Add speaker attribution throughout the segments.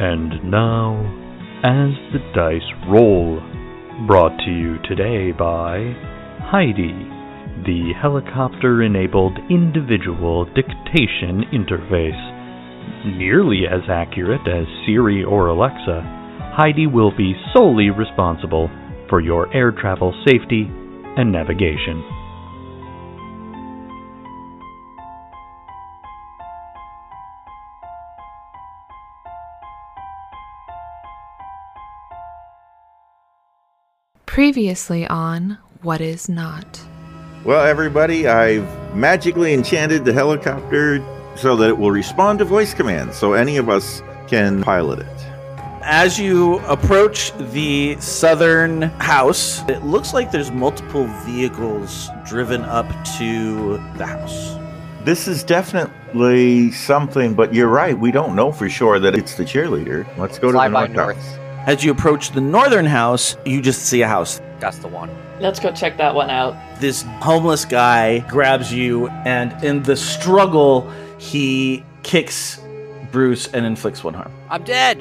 Speaker 1: And now, as the dice roll, brought to you today by Heidi, the helicopter enabled individual dictation interface. Nearly as accurate as Siri or Alexa, Heidi will be solely responsible for your air travel safety and navigation.
Speaker 2: Previously on What Is Not.
Speaker 3: Well, everybody, I've magically enchanted the helicopter so that it will respond to voice commands so any of us can pilot it.
Speaker 4: As you approach the southern house, it looks like there's multiple vehicles driven up to the house.
Speaker 3: This is definitely something, but you're right. We don't know for sure that it's the cheerleader. Let's go
Speaker 5: Fly
Speaker 3: to
Speaker 5: by
Speaker 3: the north,
Speaker 5: north.
Speaker 3: house.
Speaker 4: As you approach the northern house, you just see a house.
Speaker 5: That's the one.
Speaker 6: Let's go check that one out.
Speaker 4: This homeless guy grabs you, and in the struggle, he kicks Bruce and inflicts one harm.
Speaker 5: I'm dead.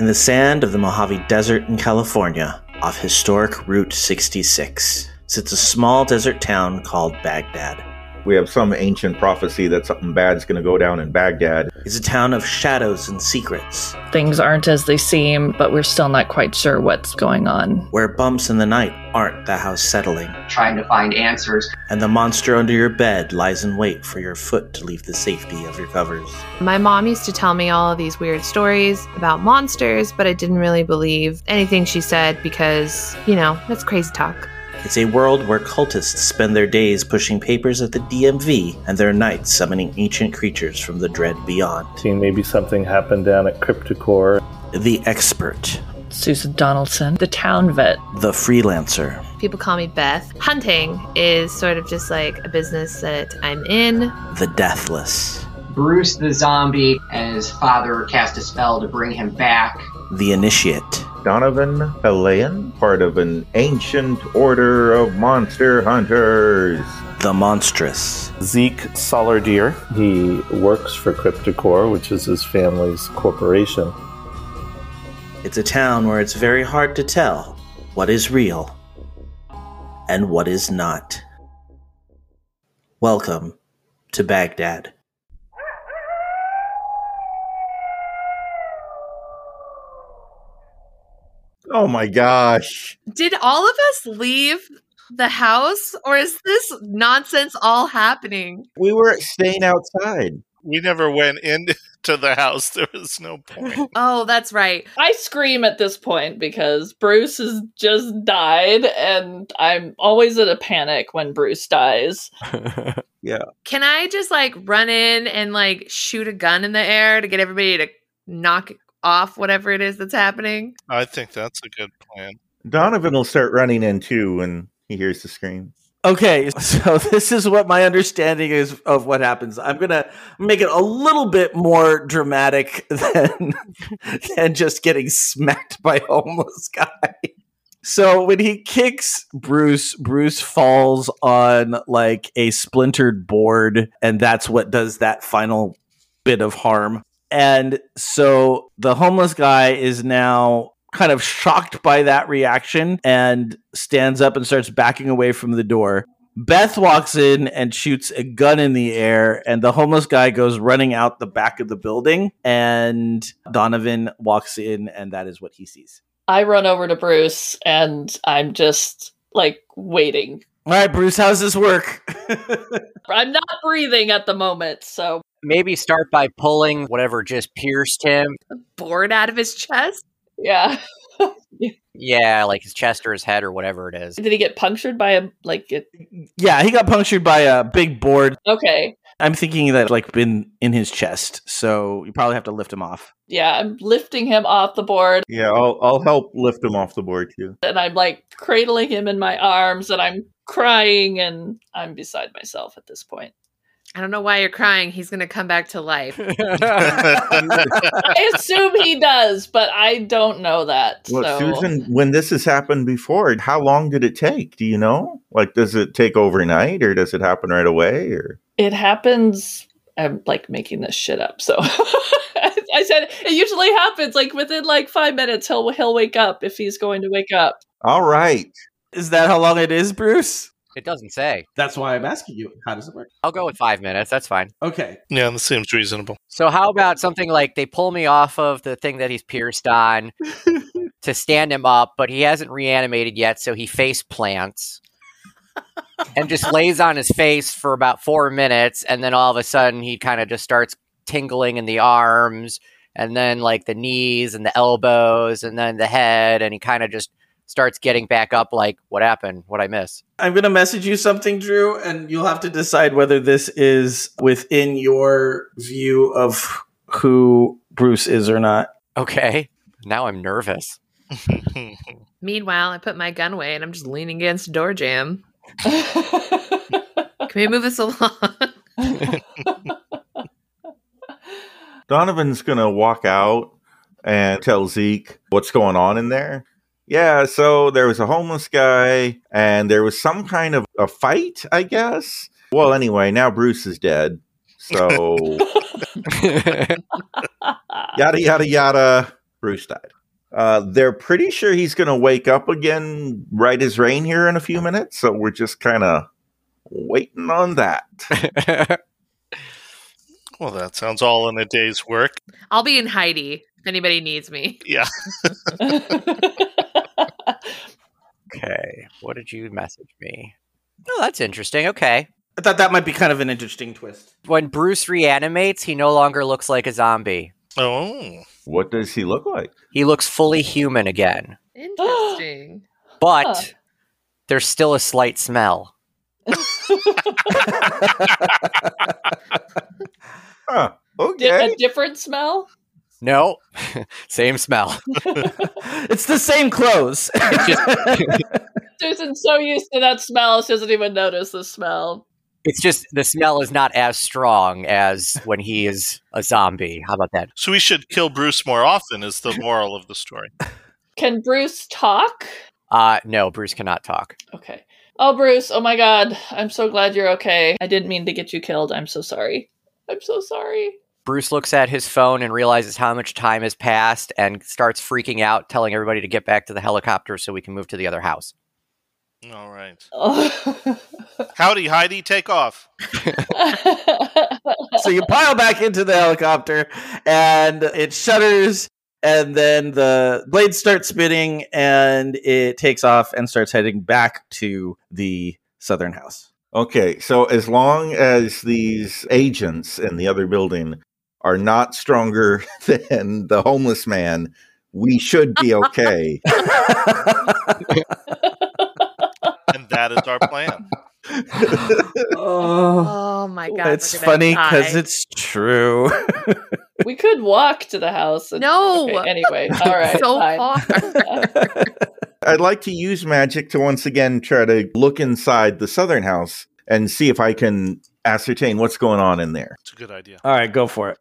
Speaker 7: In the sand of the Mojave Desert in California, off historic Route 66, sits a small desert town called Baghdad.
Speaker 3: We have some ancient prophecy that something bad's going to go down in Baghdad.
Speaker 7: It's a town of shadows and secrets,
Speaker 6: Things aren't as they seem, but we're still not quite sure what's going on.
Speaker 7: where bumps in the night aren't the house settling,
Speaker 8: trying to find answers.
Speaker 7: and the monster under your bed lies in wait for your foot to leave the safety of your covers.
Speaker 2: My mom used to tell me all of these weird stories about monsters, but I didn't really believe anything she said because, you know, that's crazy talk.
Speaker 7: It's a world where cultists spend their days pushing papers at the DMV and their nights summoning ancient creatures from the dread beyond.
Speaker 9: Seeing maybe something happened down at Cryptocore.
Speaker 7: The expert,
Speaker 6: Susan Donaldson, the town vet.
Speaker 7: the freelancer,
Speaker 2: People call me Beth. Hunting is sort of just like a business that I'm in.
Speaker 7: the deathless.
Speaker 8: Bruce the zombie and his father cast a spell to bring him back.
Speaker 7: the initiate,
Speaker 3: Donovan Helayan, part of an ancient order of monster hunters.
Speaker 7: the monstrous,
Speaker 9: Zeke Solardeer. He works for Cryptocore, which is his family's corporation.
Speaker 7: It's a town where it's very hard to tell what is real and what is not. Welcome to Baghdad.
Speaker 3: Oh my gosh.
Speaker 2: Did all of us leave the house or is this nonsense all happening?
Speaker 3: We were staying outside.
Speaker 10: We never went into the house. There was no point.
Speaker 2: Oh, that's right.
Speaker 6: I scream at this point because Bruce has just died, and I'm always in a panic when Bruce dies.
Speaker 2: Can I just like run in and like shoot a gun in the air to get everybody to knock off whatever it is that's happening?
Speaker 10: I think that's a good plan.
Speaker 3: Donovan will start running in too when he hears the scream.
Speaker 4: Okay, so this is what my understanding is of what happens. I'm gonna make it a little bit more dramatic than than just getting smacked by a homeless guy. So when he kicks Bruce, Bruce falls on like a splintered board, and that's what does that final bit of harm. And so the homeless guy is now kind of shocked by that reaction and stands up and starts backing away from the door. Beth walks in and shoots a gun in the air, and the homeless guy goes running out the back of the building. And Donovan walks in, and that is what he sees.
Speaker 6: I run over to Bruce, and I'm just like waiting.
Speaker 4: All right, Bruce, how's this work?
Speaker 6: I'm not breathing at the moment, so
Speaker 5: Maybe start by pulling whatever just pierced him.
Speaker 2: Bored out of his chest?
Speaker 6: yeah.
Speaker 5: Yeah, like his chest or his head or whatever it is.
Speaker 6: Did he get punctured by a like? It,
Speaker 4: yeah, he got punctured by a big board.
Speaker 6: okay,
Speaker 4: I'm thinking that like been in his chest, so you probably have to lift him off.
Speaker 6: yeah. I'm lifting him off the board,
Speaker 3: Yeah, I'll, I'll help lift him off the board too.
Speaker 6: and I'm like cradling him in my arms, and I'm crying, and I'm beside myself at this point.
Speaker 2: I don't know why you're crying. He's going to come back to life.
Speaker 6: I assume he does, but I don't know that.
Speaker 3: Well,
Speaker 6: so.
Speaker 3: Susan, when this has happened before, how long did it take? Do you know? Like, does it take overnight or does it happen right away? Or
Speaker 6: It happens I'm like making this shit up. So I said it usually happens like within like five minutes he'll he'll wake up if he's going to wake up.
Speaker 3: All right.
Speaker 4: Is that how long it is, Bruce?
Speaker 5: It doesn't say.
Speaker 4: That's why I'm asking you. How does it work?
Speaker 5: I'll go with five minutes. That's fine.
Speaker 4: Okay.
Speaker 10: Yeah, that seems reasonable.
Speaker 5: So how about something like they pull me off of the thing that he's pierced on to stand him up, but he hasn't reanimated yet, so he face plants and just lays on his face for about four minutes, and then all of a sudden he kind of just starts tingling in the arms, and then like the knees and the elbows, and then the head, and he kind of just starts getting back up. Like, what happened? What I miss?
Speaker 4: I'm going to message you something, Drew, and you'll have to decide whether this is within your view of who Bruce is or not.
Speaker 5: Okay, now I'm nervous.
Speaker 2: Meanwhile, I put my gun away and I'm just leaning against a door jam. Can we move this along?
Speaker 3: Donovan's going to walk out and tell Zeke what's going on in there. Yeah, so there was a homeless guy and there was some kind of a fight, I guess. Well, anyway, now Bruce is dead. So yada, yada, yada. Bruce died. Uh, they're pretty sure he's going to wake up again right as rain here in a few minutes. So we're just kind of waiting on that.
Speaker 10: Well, that sounds all in a day's work.
Speaker 2: I'll be in Heidi if anybody needs me.
Speaker 10: Yeah.
Speaker 5: Okay, what did you message me? Oh, that's interesting. Okay.
Speaker 4: I thought that might be kind of an interesting twist.
Speaker 5: When Bruce reanimates, he no longer looks like a zombie.
Speaker 10: Oh.
Speaker 3: What does he look like?
Speaker 5: He looks fully human again,
Speaker 2: Interesting.
Speaker 5: but
Speaker 6: Huh.
Speaker 5: there's still a slight smell.
Speaker 3: Huh.
Speaker 6: Di-
Speaker 3: Okay.
Speaker 6: A different smell?
Speaker 5: No, same smell.
Speaker 4: it's the same clothes.
Speaker 5: It's just,
Speaker 6: Susan's so used to that smell, she doesn't even notice the smell.
Speaker 5: it's just the smell is not as strong as when he is a zombie. How about that?
Speaker 10: So we should kill Bruce more often, is the moral of the story.
Speaker 6: Can Bruce talk?
Speaker 5: Uh no, Bruce cannot talk.
Speaker 6: Okay. Oh, Bruce, oh my god. I'm so glad you're okay. I didn't mean to get you killed. I'm so sorry. I'm so sorry.
Speaker 5: Bruce looks at his phone and realizes how much time has passed and starts freaking out, telling everybody to get back to the helicopter so we can move to the other house.
Speaker 10: All right.
Speaker 6: Oh.
Speaker 10: Howdy, Heidi, take off.
Speaker 4: so you pile back into the helicopter and it shudders and then the blades start spinning and it takes off and starts heading back to the southern house
Speaker 3: Okay, so as long as these agents in the other building are not stronger than the homeless man, we should be okay.
Speaker 10: And that is our plan.
Speaker 4: oh,
Speaker 2: Oh my god.
Speaker 4: it's
Speaker 2: we're gonna
Speaker 4: funny because
Speaker 2: die.
Speaker 4: it's true
Speaker 6: we could walk to the house. and-
Speaker 2: No.
Speaker 6: Okay, anyway, all right.
Speaker 2: so
Speaker 6: fine.
Speaker 2: far.
Speaker 3: I'd like to use magic to once again try to look inside the southern house and see if I can ascertain what's going on in there.
Speaker 10: It's a good idea.
Speaker 4: all right go for it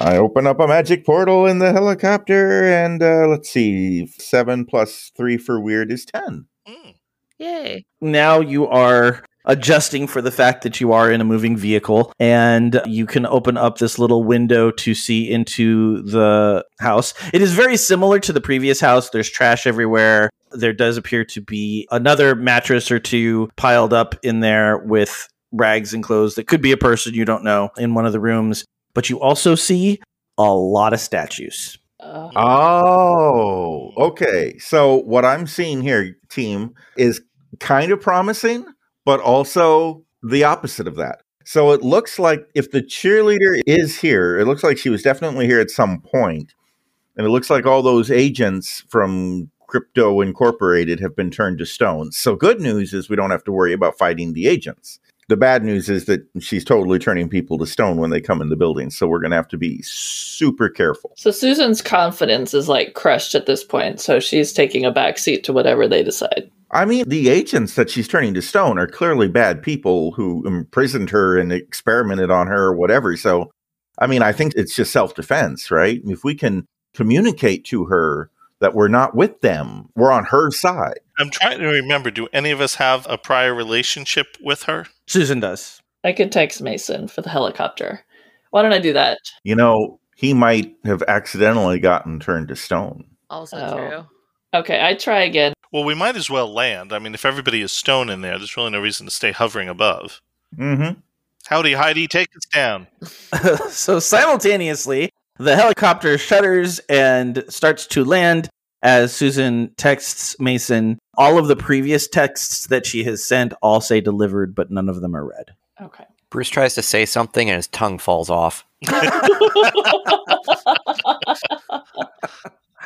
Speaker 3: I open up a magic portal in the helicopter, and uh, let's see, seven plus three for weird is ten.
Speaker 10: Mm.
Speaker 2: Yay.
Speaker 4: now you are adjusting for the fact that you are in a moving vehicle and you can open up this little window to see into the house. It is very similar to the previous house. There's trash everywhere. There does appear to be another mattress or two piled up in there with rags and clothes that could be a person you don't know in one of the rooms. But you also see a lot of statues.
Speaker 6: Uh,
Speaker 3: Oh, okay. So what I'm seeing here, team, is kind of promising, but also the opposite of that. So it looks like if the cheerleader is here, it looks like she was definitely here at some point, and it looks like all those agents from Crypto Incorporated have been turned to stone. So good news is we don't have to worry about fighting the agents. The bad news is that she's totally turning people to stone when they come in the building. So we're going to have to be super careful.
Speaker 6: so Susan's confidence is like crushed at this point, so she's taking a back seat to whatever they decide.
Speaker 3: I mean, the agents that she's turning to stone are clearly bad people who imprisoned her and experimented on her or whatever. So, I mean, I think it's just self defense, right? If we can communicate to her that we're not with them, we're on her side.
Speaker 10: I'm trying to remember do any of us have a prior relationship with her?
Speaker 4: Susan does.
Speaker 6: I could text Mason for the helicopter. Why don't I do that?
Speaker 3: You know, he might have accidentally gotten turned to stone.
Speaker 2: Also
Speaker 6: Oh.
Speaker 2: true.
Speaker 6: Okay, I try again.
Speaker 10: Well, we might as well land. I mean, if everybody is stone in there, there's really no reason to stay hovering above.
Speaker 3: Mm-hmm.
Speaker 10: Howdy, Heidi, take us down.
Speaker 4: so simultaneously, the helicopter shudders and starts to land as Susan texts Mason. All of the previous texts that she has sent all say delivered, but none of them are read.
Speaker 6: Okay.
Speaker 5: Bruce tries to say something and his tongue falls off.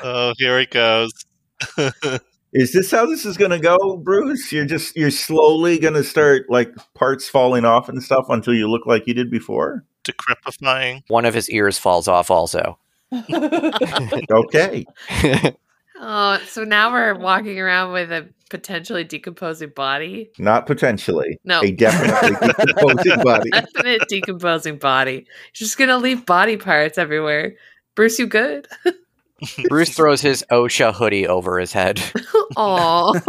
Speaker 10: Oh, here it goes.
Speaker 3: Is this how this is going to go, Bruce? You're just you're slowly going to start like parts falling off and stuff until you look like you did before.
Speaker 10: Decrepifying.
Speaker 5: One of his ears falls off also.
Speaker 3: Okay.
Speaker 2: Oh, so now we're walking around with a potentially decomposing body.
Speaker 3: Not potentially.
Speaker 2: No.
Speaker 3: A definitely decomposing body.
Speaker 2: Definite decomposing body. She's just gonna leave body parts everywhere. Bruce, you good?
Speaker 5: Bruce throws his OSHA hoodie over his head.
Speaker 2: Aw.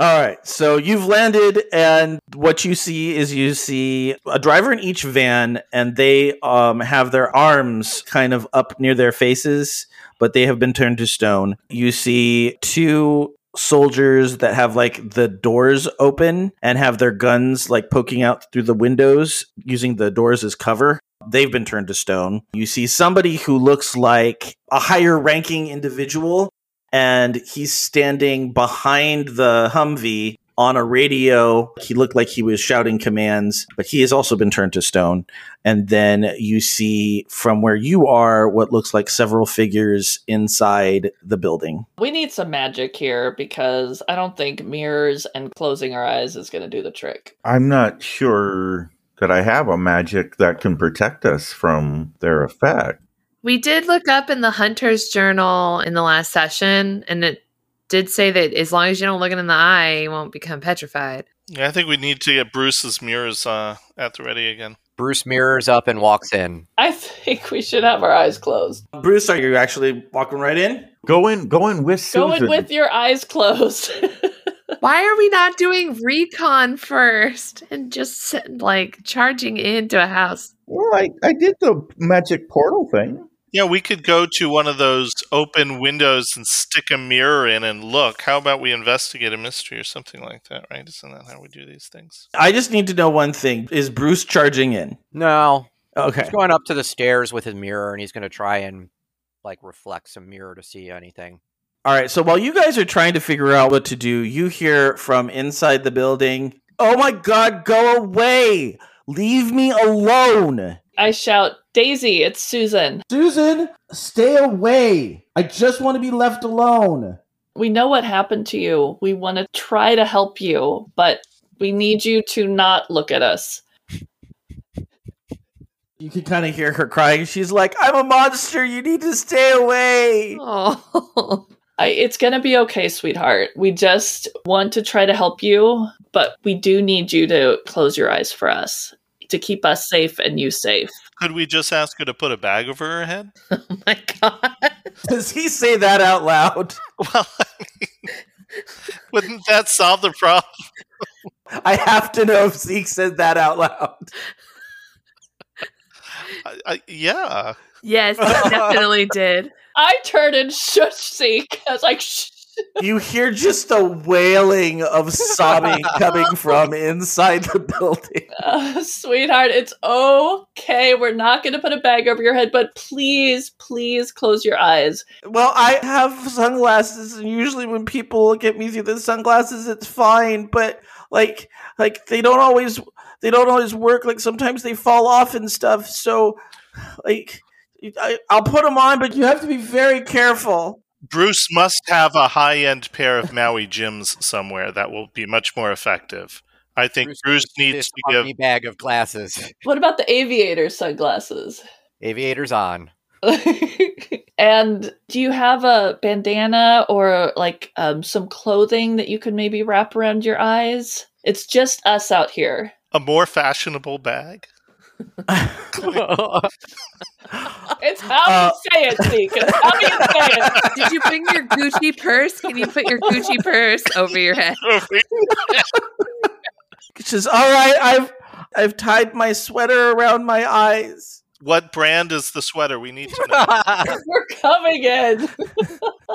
Speaker 4: All right, so you've landed, and what you see is you see a driver in each van, and they um, have their arms kind of up near their faces, but they have been turned to stone. You see two soldiers that have like the doors open and have their guns like poking out through the windows using the doors as cover. They've been turned to stone. You see somebody who looks like a higher ranking individual and he's standing behind the Humvee on a radio. He looked like he was shouting commands, but he has also been turned to stone. And then you see from where you are what looks like several figures inside the building.
Speaker 6: We need some magic here because I don't think mirrors and closing our eyes is going to do the trick.
Speaker 3: I'm not sure that I have a magic that can protect us from their effect.
Speaker 2: we did look up in the Hunter's Journal in the last session, and it did say that as long as you don't look it in the eye, you won't become petrified.
Speaker 10: Yeah, I think we need to get Bruce's mirrors uh, at the ready again.
Speaker 5: Bruce mirrors up and walks in.
Speaker 6: I think we should have our eyes closed.
Speaker 4: Bruce, are you actually walking right in?
Speaker 3: Go in, go in with Susan.
Speaker 6: Go in with your eyes closed.
Speaker 2: Why are we not doing recon first and just send, like charging into a house?
Speaker 3: Well, I, I did the magic portal thing.
Speaker 10: Yeah, we could go to one of those open windows and stick a mirror in and look. How about we investigate a mystery or something like that, right? Isn't that how we do these things?
Speaker 4: I just need to know one thing. Is Bruce charging in?
Speaker 5: No,
Speaker 4: Okay.
Speaker 5: he's going up to the stairs with his mirror and he's going to try and like reflect some mirror to see anything.
Speaker 4: All right. So while you guys are trying to figure out what to do, you hear from inside the building, Oh my God, go away. Leave me alone.
Speaker 6: I shout, Daisy, it's Susan.
Speaker 4: Susan, stay away. I just want to be left alone.
Speaker 6: We know what happened to you. We want to try to help you, but we need you to not look at us.
Speaker 4: You can kind of hear her crying. She's like, I'm a monster. You need to stay away.
Speaker 2: Oh,
Speaker 6: I, it's going to be okay, sweetheart. We just want to try to help you, but we do need you to close your eyes for us to keep us safe and you safe.
Speaker 10: Could we just ask her to put a bag over her head?
Speaker 2: my god!
Speaker 4: Does he say that out loud?
Speaker 10: Well, I mean, wouldn't that solve the problem?
Speaker 4: I have to know if Zeke said that out loud.
Speaker 10: I, I, yeah.
Speaker 2: Yes, it definitely did.
Speaker 6: I turn and shush Zeke. I was like, shh.
Speaker 4: You hear just a wailing of sobbing coming from inside the building.
Speaker 6: Uh, sweetheart, it's okay. We're not going to put a bag over your head, but please, please close your eyes.
Speaker 4: Well, I have sunglasses, and usually when people look at me through the sunglasses, it's fine. But like, like they don't always they don't always work. Like sometimes they fall off and stuff. So, like, I, I'll put them on, but you have to be very careful.
Speaker 10: Bruce must have a high end pair of Maui Jims somewhere that will be much more effective. I think Bruce, needs
Speaker 5: this
Speaker 10: to give.
Speaker 5: ugly bag of glasses.
Speaker 6: What about the aviator sunglasses?
Speaker 5: Aviators on.
Speaker 6: and do you have a bandana or like um, some clothing that you could maybe wrap around your eyes? It's just us out here.
Speaker 10: a more fashionable bag.
Speaker 6: It's how
Speaker 4: Uh,
Speaker 6: you say it, Zeke. It's how you say it.
Speaker 2: Did you bring your Gucci purse? Can you put your Gucci purse over your head?
Speaker 4: She says, "All right, I've I've tied my sweater around my eyes.
Speaker 10: What brand is the sweater? We need to know.
Speaker 6: We're coming in.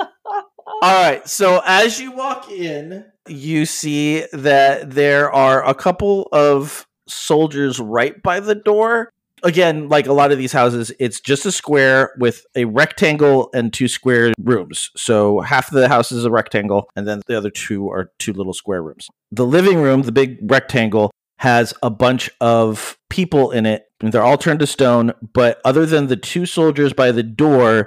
Speaker 4: All right. So as you walk in, you see that there are a couple of soldiers right by the door. Again, like a lot of these houses, it's just a square with a rectangle and two square rooms. So half of the house is a rectangle, and then the other two are two little square rooms. The living room, the big rectangle, has a bunch of people in it. and They're all turned to stone, but other than the two soldiers by the door,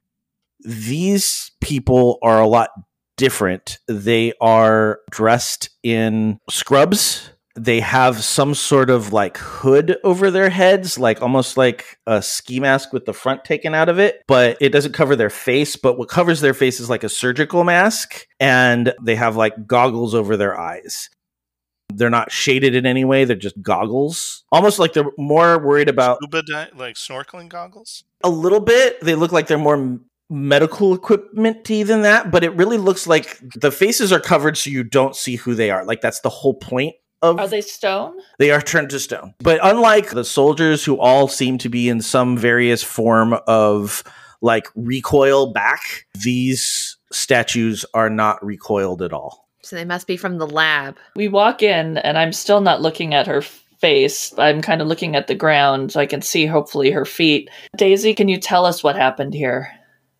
Speaker 4: these people are a lot different. They are dressed in scrubs. They have some sort of like hood over their heads, like almost like a ski mask with the front taken out of it, but it doesn't cover their face. But what covers their face is like a surgical mask, and they have like goggles over their eyes. They're not shaded in any way, they're just goggles. Almost like they're more worried about
Speaker 10: Scuba di- like snorkeling goggles.
Speaker 4: a little bit. They look like they're more m- medical equipmenty than that, but it really looks like the faces are covered so you don't see who they are. Like that's the whole point of
Speaker 6: Are they stone?
Speaker 4: they are turned to stone. But unlike the soldiers who all seem to be in some various form of like recoil back, these statues are not recoiled at all.
Speaker 2: So they must be from the lab.
Speaker 6: We walk in, and I'm still not looking at her face. I'm kind of looking at the ground so I can see, hopefully, her feet. Daisy, can you tell us what happened here?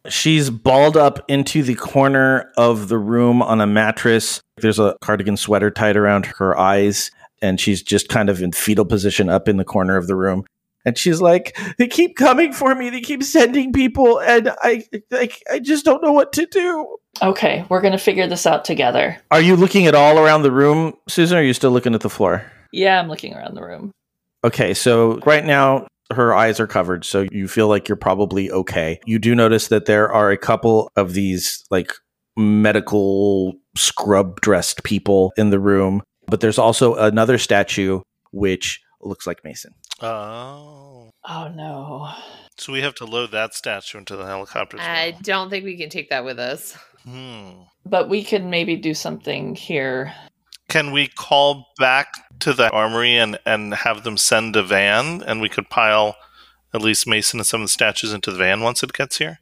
Speaker 4: She's balled up into the corner of the room on a mattress. There's a cardigan sweater tied around her eyes, and she's just kind of in fetal position up in the corner of the room. And she's like, "They keep coming for me. They keep sending people, and I, I, I just don't know what to do."
Speaker 6: Okay, we're going to figure this out together.
Speaker 4: Are you looking at all around the room, Susan? Or are you still looking at the floor?
Speaker 6: Yeah, I'm looking around the room.
Speaker 4: Okay, so right now her eyes are covered, so you feel like you're probably okay. You do notice that there are a couple of these like medical scrub dressed people in the room, but there's also another statue which looks like Mason.
Speaker 10: Oh.
Speaker 6: Oh, no.
Speaker 10: So we have to load that statue into the helicopter. as
Speaker 2: I
Speaker 10: well.
Speaker 2: don't think we can take that with us.
Speaker 10: Hmm.
Speaker 6: But we can maybe do something here.
Speaker 10: Can we call back to the armory and, and have them send a van and we could pile at least Mason and some of the statues into the van once it gets here?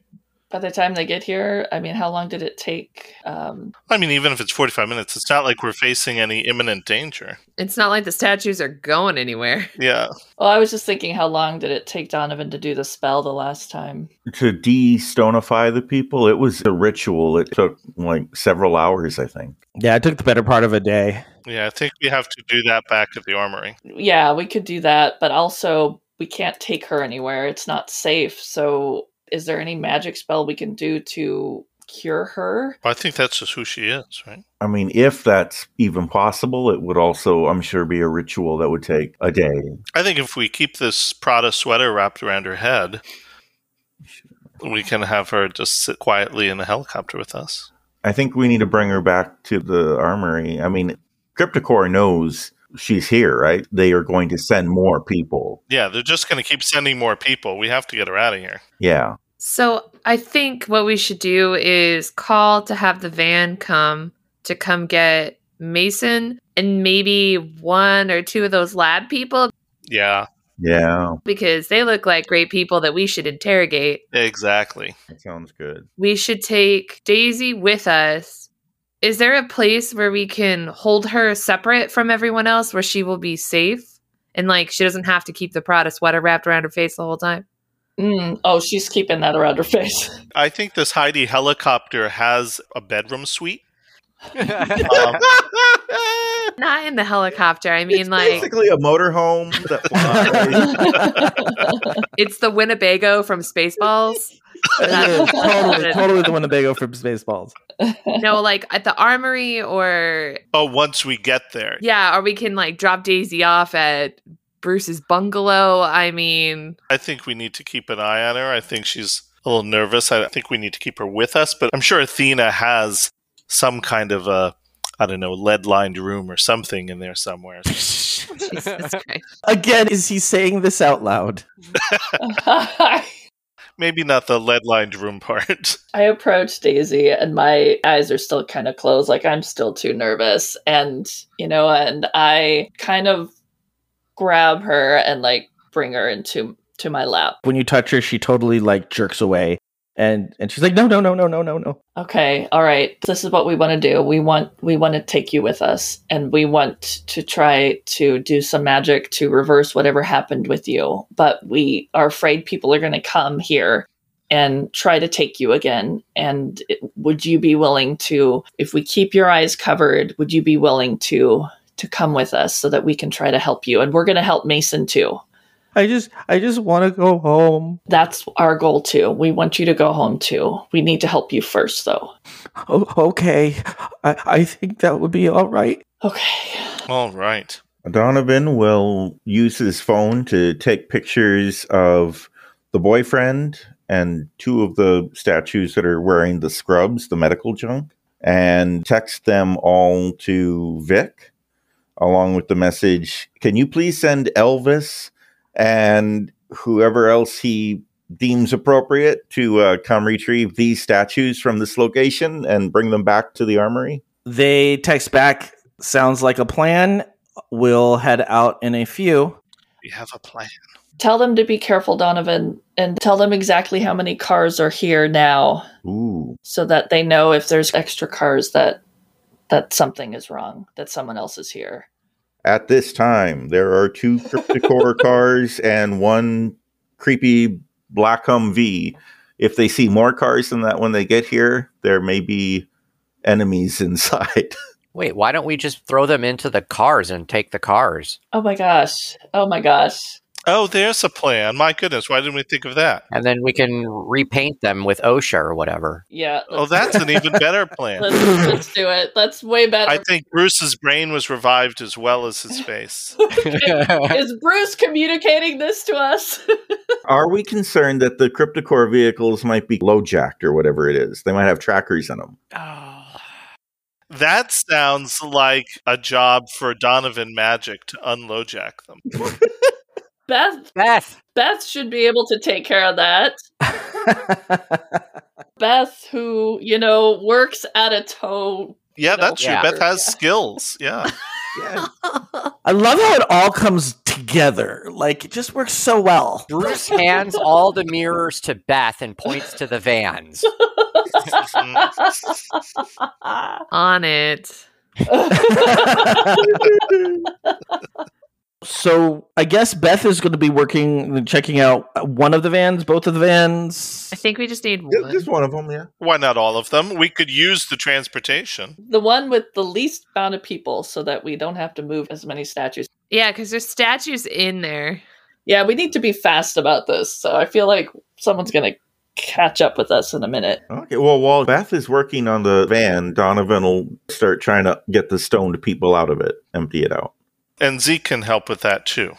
Speaker 6: By the time they get here, I mean, how long did it take? Um,
Speaker 10: I mean, even if it's 45 minutes, it's not like we're facing any imminent danger.
Speaker 2: It's not like the statues are going anywhere.
Speaker 10: Yeah.
Speaker 6: well, I was just thinking, how long did it take Donovan to do the spell the last time?
Speaker 3: To de stonify the people, it was a ritual. It took like several hours, I think.
Speaker 4: Yeah, I took the better part of a day.
Speaker 10: Yeah, I think we have to do that back at the armory.
Speaker 6: yeah, we could do that, but also we can't take her anywhere. It's not safe. So, is there any magic spell we can do to cure her?
Speaker 10: I think that's just who she is, right?
Speaker 3: I mean, if that's even possible, it would also, I'm sure, be a ritual that would take a day.
Speaker 10: I think if we keep this Prada sweater wrapped around her head, we can have her just sit quietly in the helicopter with us.
Speaker 3: I think we need to bring her back to the armory. I mean, Cryptocore knows she's here, right? They are going to send more people.
Speaker 10: Yeah, they're just going to keep sending more people. We have to get her out of here.
Speaker 3: Yeah.
Speaker 2: So I think what we should do is call to have the van come to come get Mason and maybe one or two of those lab people
Speaker 10: Yeah,
Speaker 3: Yeah.
Speaker 2: because they look like great people that we should interrogate.
Speaker 10: exactly.
Speaker 3: That sounds good.
Speaker 2: We should take Daisy with us. Is there a place where we can hold her separate from everyone else where she will be safe? And like she doesn't have to keep the Prada sweater wrapped around her face the whole time.
Speaker 6: Mm, oh, she's keeping that around her face.
Speaker 10: I think this Heidi helicopter has a bedroom suite.
Speaker 5: Um,
Speaker 2: Not in the helicopter. I mean,
Speaker 3: it's
Speaker 2: like
Speaker 3: basically a motorhome that flies.
Speaker 2: it's the Winnebago from Spaceballs.
Speaker 4: Yeah, totally, totally the Winnebago from Spaceballs.
Speaker 2: no, like at the armory or
Speaker 10: Oh, once we get there.
Speaker 2: yeah, or we can like drop Daisy off at Bruce's bungalow. I mean,
Speaker 10: I think we need to keep an eye on her. I think she's a little nervous. I think we need to keep her with us, but I'm sure Athena has some kind of a, I don't know, lead lined room or something in there somewhere.
Speaker 2: Jesus Christ.
Speaker 4: Again, is he saying this out loud?
Speaker 10: Maybe not the lead lined room part.
Speaker 6: I approach Daisy and my eyes are still kind of closed, like I'm still too nervous. And, you know, and I kind of grab her and like bring her into to my lap.
Speaker 4: When you touch her, she totally like jerks away, and and she's like, no, no, no, no, no, no, no.
Speaker 6: Okay, all right. This is what we want to do. We want we want to take you with us and we want to try to do some magic to reverse whatever happened with you. But we are afraid people are going to come here and try to take you again. And it- would you be willing to if we keep your eyes covered, would you be willing to to come with us so that we can try to help you and we're going to help Mason too.
Speaker 4: I just I just want to go home.
Speaker 6: That's our goal too. We want you to go home too. We need to help you first though.
Speaker 4: Oh, okay, I I think that would be all right.
Speaker 6: Okay.
Speaker 10: All right.
Speaker 3: Donovan will use his phone to take pictures of the boyfriend and two of the statues that are wearing the scrubs, the medical junk, and text them all to Vic along with the message Can you please send Elvis and whoever else he deems appropriate to uh, come retrieve these statues from this location and bring them back to the armory?
Speaker 4: They text back. Sounds like a plan. We'll head out in a few.
Speaker 10: We have a plan.
Speaker 6: Tell them to be careful, Donovan, and tell them exactly how many cars are here now
Speaker 3: Ooh.
Speaker 6: so that they know if there's extra cars that that something is wrong, that someone else is here.
Speaker 3: At this time, there are two Cryptocore cars and one creepy black Humvee. If they see more cars than that when they get here, there may be enemies inside.
Speaker 5: Wait, why don't we just throw them into the cars and take the cars?
Speaker 6: Oh my gosh. Oh my gosh.
Speaker 10: Oh, there's a plan. My goodness, why didn't we think of that?
Speaker 5: And then we can repaint them with OSHA or whatever.
Speaker 6: Yeah.
Speaker 10: Oh, that's an even better plan.
Speaker 6: Let's, let's do it. That's way better.
Speaker 10: I think Bruce's brain was revived as well as his face.
Speaker 6: is Bruce communicating this to us?
Speaker 3: Are we concerned that the Cryptocore vehicles might be low jacked or whatever it is? They might have trackers in them.
Speaker 10: That sounds like a job for Donovan Magic to unload jack them.
Speaker 6: Beth
Speaker 5: Beth!
Speaker 6: Beth should be able to take care of that. Beth, who, you know, works at a tow.
Speaker 10: Yeah, that's true.
Speaker 5: Yeah.
Speaker 10: Beth has
Speaker 6: Yeah.
Speaker 10: skills. Yeah.
Speaker 3: Yeah.
Speaker 4: I love how it all comes together. Like it just works so well.
Speaker 5: Bruce hands all the mirrors to Beth and points to the vans.
Speaker 2: on it.
Speaker 10: Mm.
Speaker 4: So I guess Beth is going to be working, checking out one of the vans, both of the vans.
Speaker 2: I think we just need
Speaker 3: Ju-
Speaker 2: one.
Speaker 3: Just one of them, yeah.
Speaker 10: Why not all of them? We could use the transportation.
Speaker 6: the one with the least amount of people so that we don't have to move as many statues.
Speaker 2: Yeah, because there's statues in there.
Speaker 6: Yeah, we need to be fast about this. So I feel like someone's going to catch up with us in a minute.
Speaker 3: Okay, well, while Beth is working on the van, Donovan will start trying to get the stoned people out of it, empty it out.
Speaker 10: And Zeke can help with that too.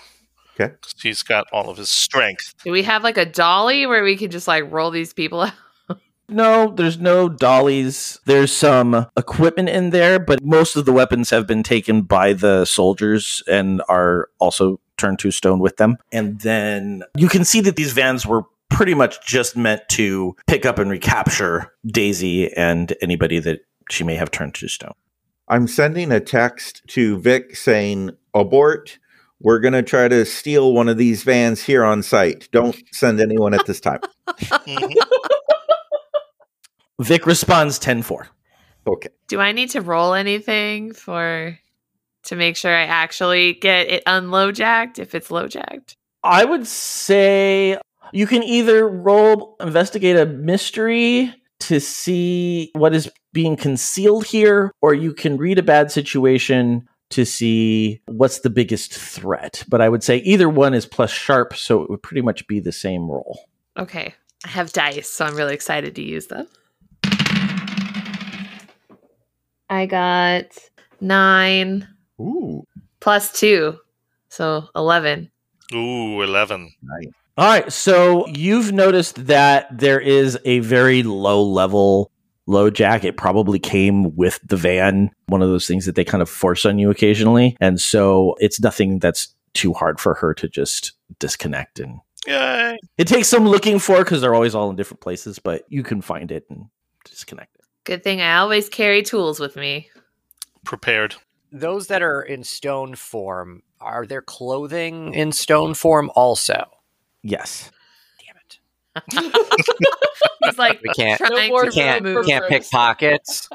Speaker 3: Okay.
Speaker 10: 'Cause He's got all of his strength.
Speaker 2: Do we have like a dolly where we can just like roll these people out?
Speaker 4: No, there's no dollies. There's some equipment in there, but most of the weapons have been taken by the soldiers and are also turned to stone with them. And then you can see that these vans were pretty much just meant to pick up and recapture Daisy and anybody that she may have turned to stone.
Speaker 3: I'm sending a text to Vic saying, abort. We're going to try to steal one of these vans here on site. Don't send anyone at this time.
Speaker 10: Mhm.
Speaker 4: Vic responds 10 4.
Speaker 3: Okay.
Speaker 2: Do I need to roll anything for to make sure I actually get it unlowjacked if it's lowjacked?
Speaker 4: I would say you can either roll investigate a mystery to see what is being concealed here, or you can read a bad situation to see what's the biggest threat. But I would say either one is plus sharp, so it would pretty much be the same roll.
Speaker 2: Okay. I have dice, so I'm really excited to use them. I got nine
Speaker 3: Ooh.
Speaker 2: plus two. So eleven.
Speaker 10: Ooh, 11.
Speaker 4: All right, so you've noticed that there is a very low level low jack. It probably came with the van, one of those things that they kind of force on you occasionally. And so it's nothing that's too hard for her to just disconnect and
Speaker 10: Yay.
Speaker 4: it takes some looking for because they're always all in different places, but you can find it and disconnect it.
Speaker 2: Good thing I always carry tools with me.
Speaker 10: Prepared.
Speaker 5: Those that are in stone form, Are there clothing in stone form also?
Speaker 4: Yes.
Speaker 2: He's like
Speaker 5: We can't-
Speaker 2: trying
Speaker 6: more
Speaker 2: to
Speaker 5: Can't
Speaker 2: remove-
Speaker 5: can't pick pockets.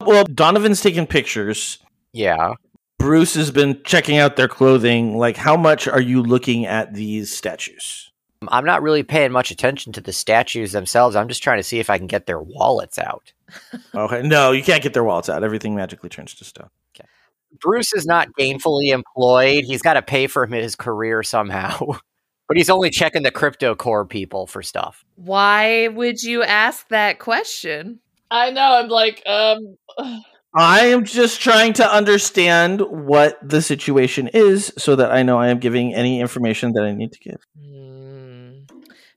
Speaker 4: Well, Donovan's taking pictures.
Speaker 5: Yeah.
Speaker 4: Bruce has been checking out their clothing. Like, how much are you looking at these statues?
Speaker 5: I'm not really paying much attention to the statues themselves. I'm just trying to see if I can get their wallets out.
Speaker 4: Okay. No, you can't get their wallets out. Everything magically turns to stone.
Speaker 5: Bruce is not gainfully employed. He's got to pay for his career somehow. But he's only checking the crypto core people for stuff.
Speaker 2: Why would you ask that question?
Speaker 6: I know. I'm like, um,
Speaker 4: I am just trying to understand what the situation is so that I know I am giving any information that I need to give.
Speaker 2: Hmm.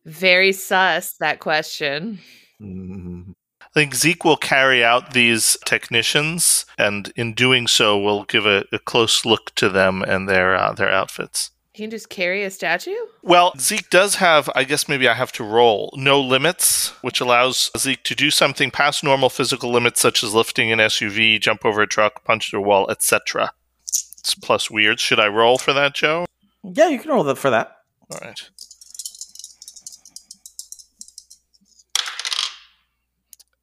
Speaker 2: Very sus that question.
Speaker 4: Mm-hmm.
Speaker 10: I think Zeke will carry out these technicians, and in doing so, will give a, a close look to them and their uh, their outfits.
Speaker 2: He can just carry a statue?
Speaker 10: Well, Zeke does have, I guess maybe I have to roll, no limits, which allows Zeke to do something past normal physical limits, such as lifting an SUV, jump over a truck, punch through a wall, etc. It's plus weird. Should I roll for that, Joe?
Speaker 4: Yeah, you can roll that for that.
Speaker 10: All right.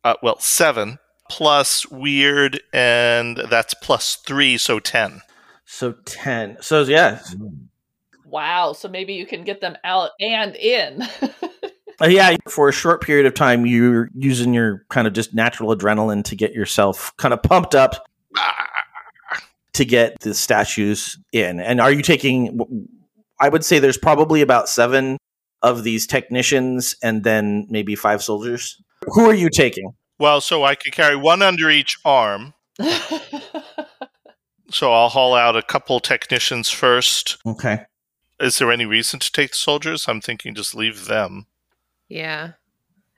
Speaker 10: Uh, well, seven plus weird, and that's plus three, so ten.
Speaker 4: So 10. So, yeah.
Speaker 6: wow. So maybe you can get them out and in.
Speaker 4: Uh, Yeah, for a short period of time, you're using your kind of just natural adrenaline to get yourself kind of pumped up to get the statues in. And are you taking, I would say there's probably about seven of these technicians and then maybe five soldiers. Who are you taking?
Speaker 10: Well, so I could carry one under each arm. So I'll haul out a couple technicians first.
Speaker 4: Okay.
Speaker 10: Is there any reason to take the soldiers? I'm thinking just leave them.
Speaker 2: Yeah.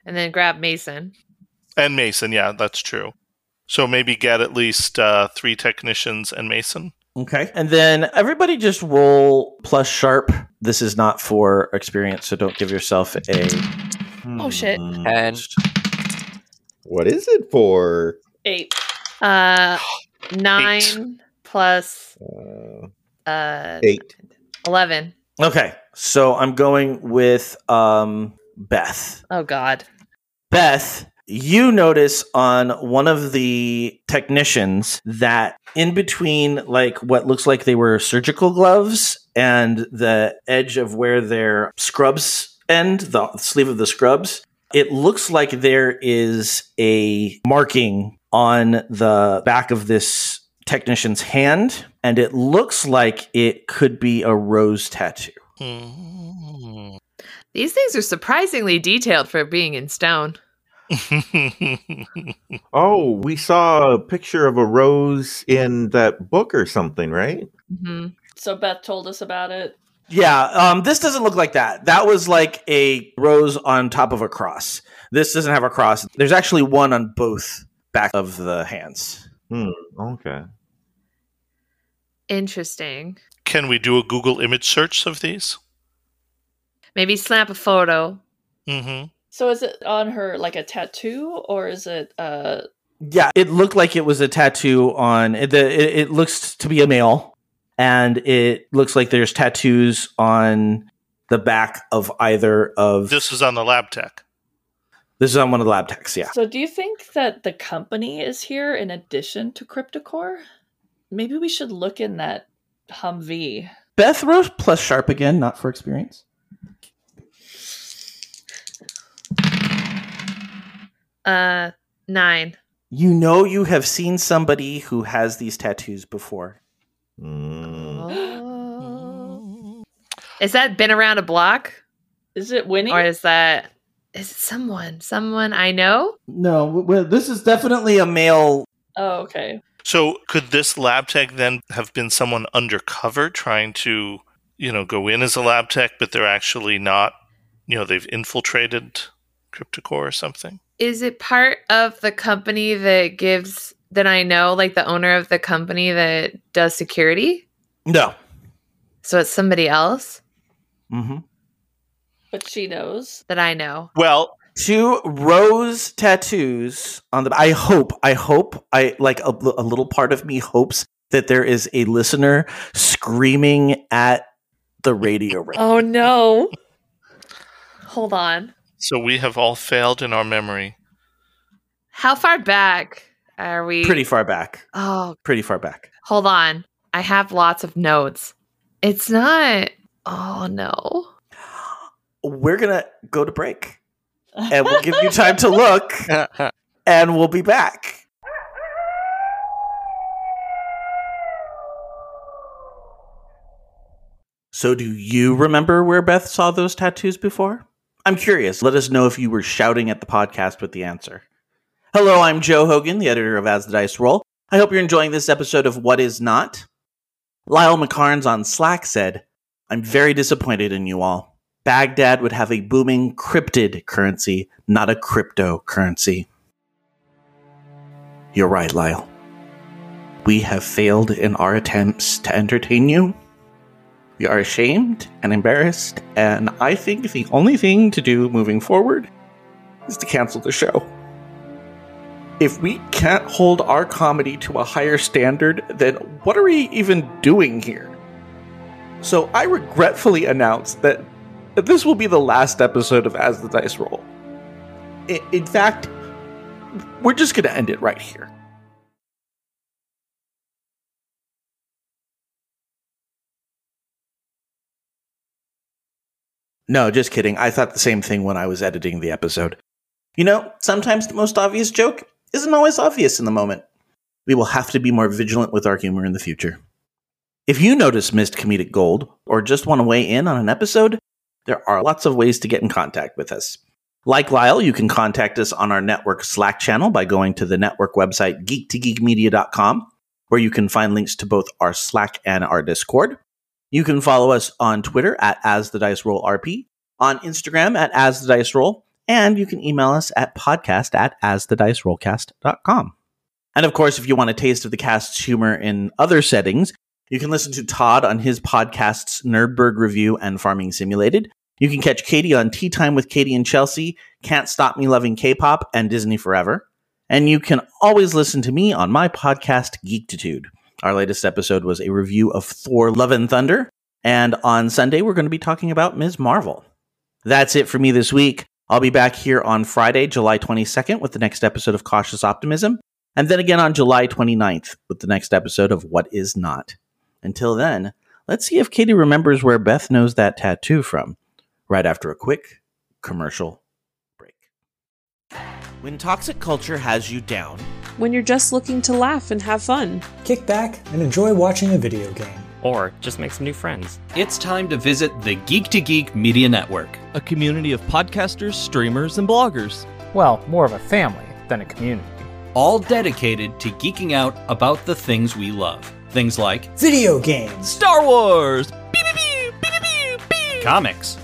Speaker 2: And then grab Mason.
Speaker 10: And Mason, yeah, that's true. So maybe get at least uh, three technicians and Mason.
Speaker 4: Okay. And then everybody just roll plus sharp. This is not for experience, so don't give yourself a. Hmm.
Speaker 2: Oh, shit.
Speaker 5: And
Speaker 3: What is it for?
Speaker 6: Eight.
Speaker 2: Uh nine plus
Speaker 3: Uh,
Speaker 2: uh
Speaker 3: eight.
Speaker 2: eleven.
Speaker 4: Okay. So I'm going with um, Beth.
Speaker 2: Oh god.
Speaker 4: Beth, you notice on one of the technicians that in between like what looks like they were surgical gloves and the edge of where their scrubs end, the sleeve of the scrubs, it looks like there is a marking on the back of this technician's hand and it looks like it could be a rose tattoo.
Speaker 10: Hmm.
Speaker 2: These things are surprisingly detailed for being in stone.
Speaker 3: Oh, we saw a picture of a rose in that book or something, right?
Speaker 2: hmm
Speaker 6: So Beth told us about it.
Speaker 4: Yeah, um, this doesn't look like that. That was like a rose on top of a cross. This doesn't have a cross. There's actually one on both back of the hands.
Speaker 3: Okay.
Speaker 2: Interesting.
Speaker 10: Can we do a Google image search of these?
Speaker 2: Maybe snap a photo.
Speaker 10: Mm-hmm.
Speaker 6: So is it on her like a tattoo or is it uh
Speaker 4: Yeah, it looked like it was a tattoo on it. The, it, it looks to be a male, and it looks like there's tattoos on the back of either of
Speaker 10: This is on the lab tech.
Speaker 4: this is on one of the lab techs. Yeah,
Speaker 6: So do you think that the company is here in addition to Cryptocore? Maybe we should look in that Humvee.
Speaker 4: Beth Rose plus sharp again, not for experience.
Speaker 2: Uh nine.
Speaker 4: You know, you have seen somebody who has these tattoos before.
Speaker 3: Mm.
Speaker 2: Oh. Is that been around a block?
Speaker 6: Is it winning?
Speaker 2: Or is that is it someone? Someone I know?
Speaker 4: No, w- w- this is definitely a male.
Speaker 6: oh, okay.
Speaker 10: So could this lab tech then have been someone undercover trying to, you know, go in as a lab tech, but they're actually not, you know, they've infiltrated Cryptocore or something?
Speaker 2: Is it part of the company that gives that I know, like the owner of the company that does security?
Speaker 4: No.
Speaker 2: So it's somebody else
Speaker 4: Mm-hmm.
Speaker 6: But she knows.
Speaker 2: that I know.
Speaker 10: Well,
Speaker 4: Two rose tattoos on the. I hope. I hope. I like a, a little part of me hopes
Speaker 7: that there is a listener screaming at the radio room.
Speaker 2: Oh no. Hold on.
Speaker 10: So we have all failed in our memory.
Speaker 2: How far back are we?
Speaker 7: Pretty far back.
Speaker 2: Oh,
Speaker 7: Pretty far back.
Speaker 2: hold on. I have lots of notes. It's not. Oh no.
Speaker 7: We're going to go to break and we'll give you time to look and we'll be back. So, do you remember where Beth saw those tattoos before? I'm curious. Let us know if you were shouting at the podcast with the answer. Hello, I'm Joe Hogan, the editor of As the Dice Roll. I hope you're enjoying this episode of What Is Not. Lyle McCarnes on Slack said, I'm very disappointed in you all. Baghdad would have a booming cryptid currency, not a cryptocurrency. You're right, Lyle. We have failed in our attempts to entertain you. We are ashamed and embarrassed, and I think the only thing to do moving forward is to cancel the show. If we can't hold our comedy to a higher standard, then what are we even doing here? So I regretfully announce that that this will be the last episode of As the Dice Roll. I- in fact, we're just going to end it right here. No, just kidding. I thought the same thing when I was editing the episode. You know, sometimes the most obvious joke isn't always obvious in the moment. We will have to be more vigilant with our humor in the future. If you notice missed comedic gold or just want to weigh in on an episode, there are lots of ways to get in contact with us. Like Lyle, you can contact us on our network Slack channel by going to the network website geek2geekmedia.com, where you can find links to both our Slack and our Discord. You can follow us on Twitter at As the Dice Roll RP, on Instagram at As the Dice Roll, and you can email us at podcast at As the Dice Rollcast.com. And of course, if you want a taste of the cast's humor in other settings, you can listen to Todd on his podcasts Nerdberg Review and Farming Simulated. You can catch Katie on Tea Time with Katie and Chelsea, Can't Stop Me Loving K-Pop, and Disney Forever. And you can always listen to me on my podcast Geekitude. Our latest episode was a review of Thor: Love and Thunder, and on Sunday we're going to be talking about Ms. Marvel. That's it for me this week. I'll be back here on Friday, July 22nd with the next episode of Cautious Optimism, and then again on July 29th with the next episode of What Is Not. Until then, let's see if Katie remembers where Beth knows that tattoo from right after a quick commercial break. When toxic culture has you down,
Speaker 6: when you're just looking to laugh and have fun.
Speaker 11: Kick back and enjoy watching a video game.
Speaker 12: or just make some new friends.
Speaker 4: It's time to visit the Geek to Geek Media Network, a community of podcasters, streamers, and bloggers. Well, more of a family than a community. All dedicated to geeking out about the things we love. Things like
Speaker 11: Video games.
Speaker 4: Star Wars, comics,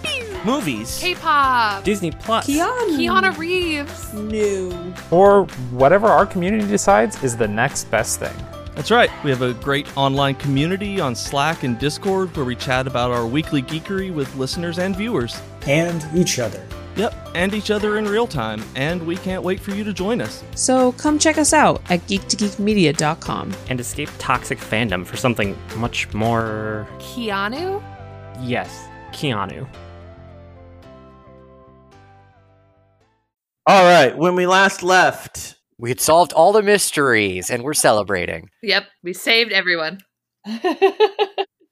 Speaker 4: movies,
Speaker 2: K-pop.
Speaker 12: Disney Plus.
Speaker 6: Keanu.
Speaker 2: Keanu Reeves.
Speaker 6: No.
Speaker 12: Or whatever our community decides is the next best thing.
Speaker 4: That's right. We have a great online community on Slack and Discord where we chat about our weekly geekery with listeners and viewers.
Speaker 11: And each other.
Speaker 4: Yep, and each other in real time. And we can't wait for you to join us.
Speaker 6: So come check us out at geek2geekmedia.com.
Speaker 12: And escape toxic fandom for something much more.
Speaker 2: Keanu?
Speaker 12: Yes, Keanu.
Speaker 7: all right, when we last left,
Speaker 5: We had solved all the mysteries and we're celebrating.
Speaker 2: Yep, we saved everyone.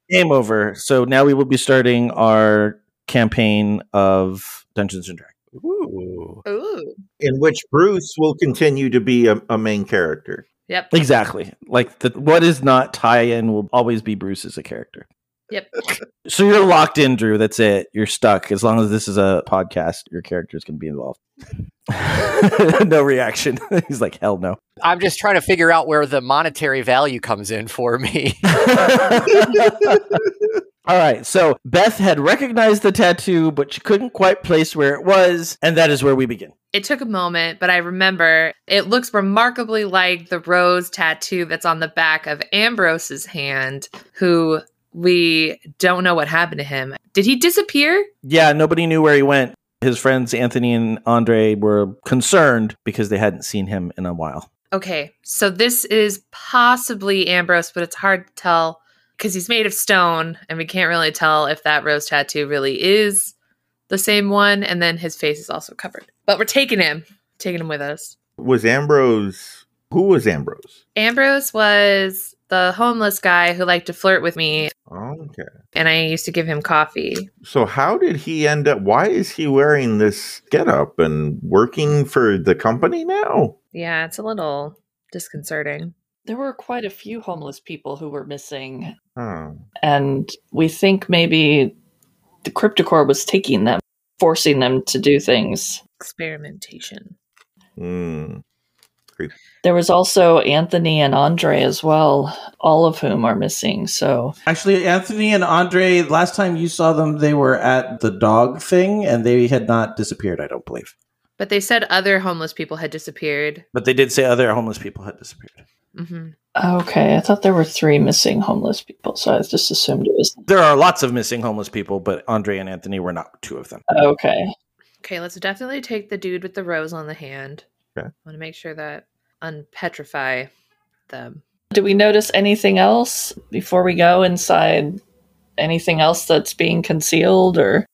Speaker 7: game over. So now we will be starting our campaign of Dungeons and Dragons.
Speaker 3: Uh-huh. Ooh.
Speaker 2: Ooh.
Speaker 3: In which Bruce will continue to be a, a main character.
Speaker 2: Yep.
Speaker 7: Exactly. Like the what is not tie-in will always be Bruce as a character.
Speaker 2: Yep.
Speaker 7: So you're locked in, Drew. That's it. You're stuck. As long as this is a podcast, your character's gonna be involved. no reaction. He's like, hell no.
Speaker 5: I'm just trying to figure out where the monetary value comes in for me.
Speaker 7: All right. So Beth had recognized the tattoo, but she couldn't quite place where it was, and that is where we begin.
Speaker 2: It took a moment, but I remember it looks remarkably like the rose tattoo that's on the back of Ambrose's hand, who we don't know what happened to him. Did he disappear?
Speaker 7: Yeah, nobody knew where he went. His friends Anthony and Andre were concerned because they hadn't seen him in a while.
Speaker 2: Okay, so this is possibly Ambrose, but it's hard to tell because he's made of stone, and we can't really tell if that rose tattoo really is the same one. And then his face is also covered. But we're taking him, taking him with us.
Speaker 3: Was Ambrose? Who was Ambrose?
Speaker 2: Ambrose was the homeless guy who liked to flirt with me,
Speaker 3: Okay.
Speaker 2: and I used to give him coffee.
Speaker 3: So how did he end up? Why is he wearing this getup and working for the company now?
Speaker 2: Yeah, it's a little disconcerting.
Speaker 6: There were quite a few homeless people who were missing,
Speaker 3: Oh.
Speaker 6: and we think maybe the Cryptocore was taking them, forcing them to do things.
Speaker 2: Experimentation.
Speaker 3: Mm.
Speaker 6: There was also Anthony and Andre as well, all of whom are missing. So
Speaker 7: Actually, Anthony and Andre, last time you saw them, they were at the dog thing and they had not disappeared, I don't believe.
Speaker 2: But they said other homeless people had disappeared.
Speaker 7: But they did say other homeless people had disappeared.
Speaker 2: hmm
Speaker 6: okay, I thought there were three missing homeless people, so I just assumed it was
Speaker 7: There are lots of missing homeless people, but Andre and Anthony were not two of them.
Speaker 6: okay.
Speaker 2: Okay, let's definitely take the dude with the rose on the hand.
Speaker 3: Okay.
Speaker 2: I want to make sure that unpetrify them.
Speaker 6: Do we notice anything else before we go inside? Anything else that's being concealed or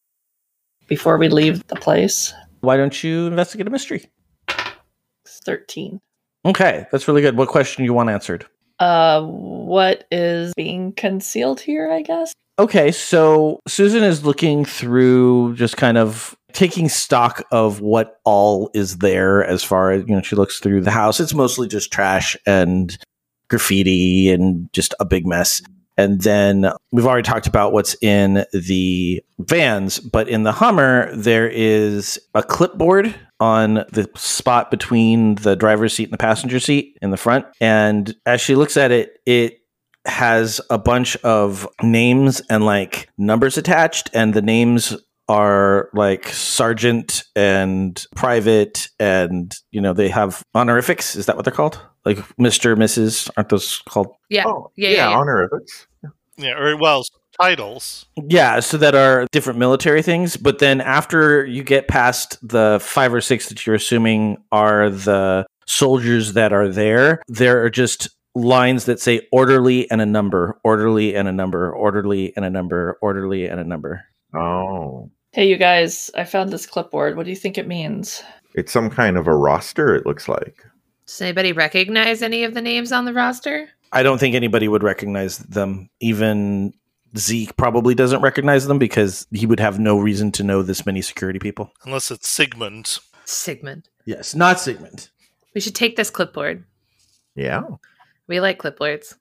Speaker 6: before we leave the place?
Speaker 7: Why don't you investigate a mystery?
Speaker 6: 13.
Speaker 7: Okay, that's really good. What question you want answered?
Speaker 6: Uh, what is being concealed here, I guess?
Speaker 7: Okay, so Susan is looking through just kind of taking stock of what all is there as far as, you know, she looks through the house. It's mostly just trash and graffiti and just a big mess. And then we've already talked about what's in the vans, but in the Hummer, there is a clipboard on the spot between the driver's seat and the passenger seat in the front. And as she looks at it, it has a bunch of names and like numbers attached, and the names are like sergeant and private, and you know, they have honorifics. Is that what they're called? Like Mr., Mrs., aren't those called?
Speaker 2: Yeah.
Speaker 3: Oh,
Speaker 2: yeah, yeah, yeah.
Speaker 3: honorifics.
Speaker 10: Yeah, or well, titles.
Speaker 7: Yeah, so that are different military things. But then after you get past the five or six that you're assuming are the soldiers that are there, there are just lines that say orderly and a number, orderly and a number, orderly and a number, orderly and a number.
Speaker 3: Oh,
Speaker 6: Hey, you guys, I found this clipboard. What do you think it means?
Speaker 3: it's some kind of a roster. It looks like.
Speaker 2: Does anybody recognize any of the names on the roster?
Speaker 7: I don't think anybody would recognize them. Even Zeke probably doesn't recognize them because he would have no reason to know this many security people.
Speaker 10: Unless it's Sigmund.
Speaker 2: Sigmund.
Speaker 7: Yes, not Sigmund.
Speaker 2: We should take this clipboard.
Speaker 3: Yeah.
Speaker 2: We like clipboards.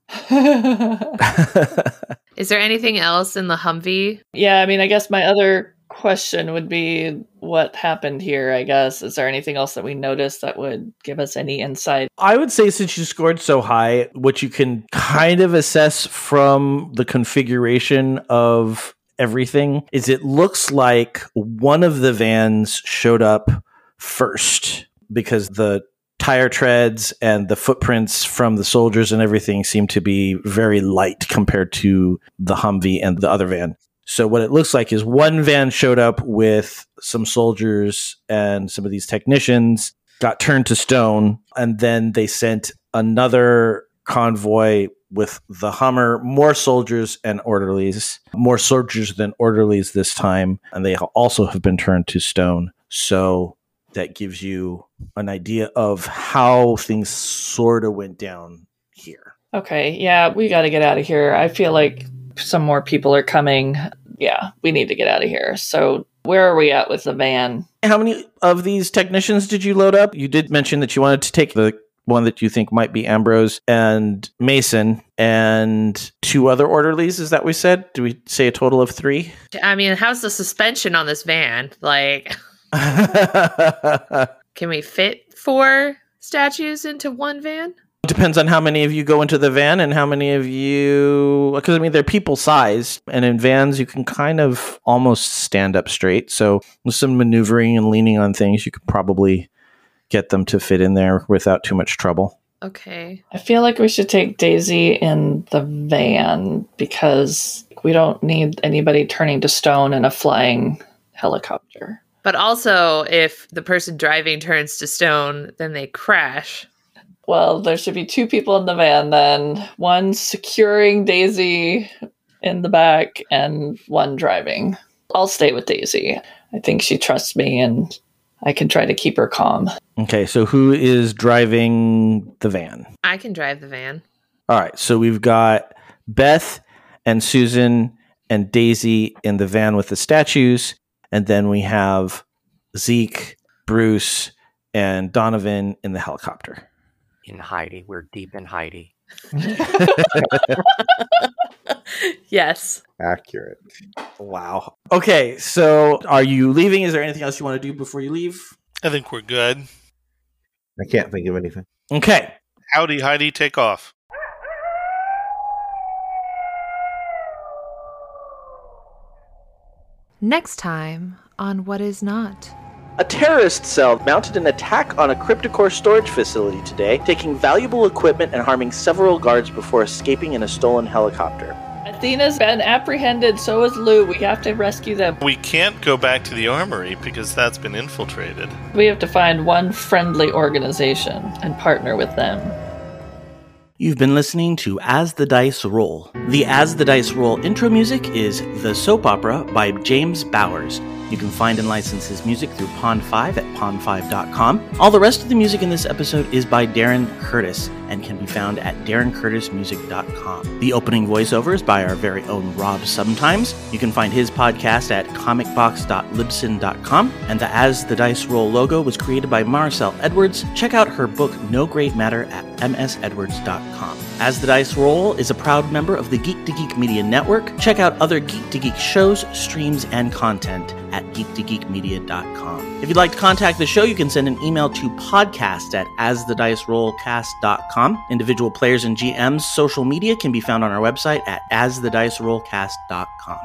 Speaker 2: Is there anything else in the Humvee?
Speaker 6: Yeah, I mean, I guess my other question would be what happened here, I guess. Is there anything else that we noticed that would give us any insight?
Speaker 7: I would say since you scored so high, what you can kind of assess from the configuration of everything is it looks like one of the vans showed up first because the tire treads and the footprints from the soldiers and everything seem to be very light compared to the Humvee and the other van. So what it looks like is one van showed up with some soldiers and some of these technicians got turned to stone and then they sent another convoy with the Hummer, more soldiers and orderlies, more soldiers than orderlies this time and they also have been turned to stone. So that gives you an idea of how things sort of went down here.
Speaker 6: Okay, yeah, we got to get out of here. I feel like some more people are coming. Yeah, we need to get out of here. So, where are we at with the van?
Speaker 7: How many of these technicians did you load up? You did mention that you wanted to take the one that you think might be Ambrose and Mason and two other orderlies. Is that we said? Do we say a total of three?
Speaker 2: I mean, how's the suspension on this van? Like, can we fit four statues into one van?
Speaker 7: Depends on how many of you go into the van and how many of you. Because I mean, they're people sized, and in vans, you can kind of almost stand up straight. So, with some maneuvering and leaning on things, you could probably get them to fit in there without too much trouble.
Speaker 2: Okay.
Speaker 6: I feel like we should take Daisy in the van because we don't need anybody turning to stone in a flying helicopter.
Speaker 2: But also, if the person driving turns to stone, then they crash.
Speaker 6: Well, there should be two people in the van then one securing Daisy in the back, and one driving. I'll stay with Daisy. I think she trusts me and I can try to keep her calm.
Speaker 7: Okay, so who is driving the van?
Speaker 2: I can drive the van.
Speaker 7: All right, so we've got Beth and Susan and Daisy in the van with the statues, and then we have Zeke, Bruce, and Donovan in the helicopter.
Speaker 5: in Heidi. We're deep in Heidi.
Speaker 2: Yes.
Speaker 3: Accurate.
Speaker 7: Wow. Okay, so are you leaving? Is there anything else you want to do before you leave?
Speaker 10: I think we're good.
Speaker 3: I can't think of anything.
Speaker 7: Okay.
Speaker 10: Howdy, Heidi, take off.
Speaker 2: Next time on What Is Not.
Speaker 7: A terrorist cell mounted an attack on a cryptocore storage facility today, taking valuable equipment and harming several guards before escaping in a stolen helicopter.
Speaker 6: Athena's been apprehended, so is Lou. We have to rescue them.
Speaker 10: We can't go back to the armory because that's been infiltrated.
Speaker 6: We have to find one friendly organization and partner with them.
Speaker 7: You've been listening to As the Dice Roll. The As the Dice Roll intro music is The Soap Opera by James Bowers. You can find and license his music through Pond5 at pond5.com. All the rest of the music in this episode is by Darren Curtis and can be found at darrencurtismusic.com. The opening voiceover is by our very own Rob Sometimes. You can find his podcast at comicbox.libsyn.com. And the As the Dice Roll logo was created by Marcel Edwards. Check out her book No Great Matter at msedwards.com. As the Dice Roll is a proud member of the Geek to Geek Media Network. Check out other Geek to Geek shows, streams, and content at geektogeekmedia.com. If you'd like to contact the show, you can send an email to podcast at asthedicerollcast.com. Individual players and GM's social media can be found on our website at asthedicerollcast.com.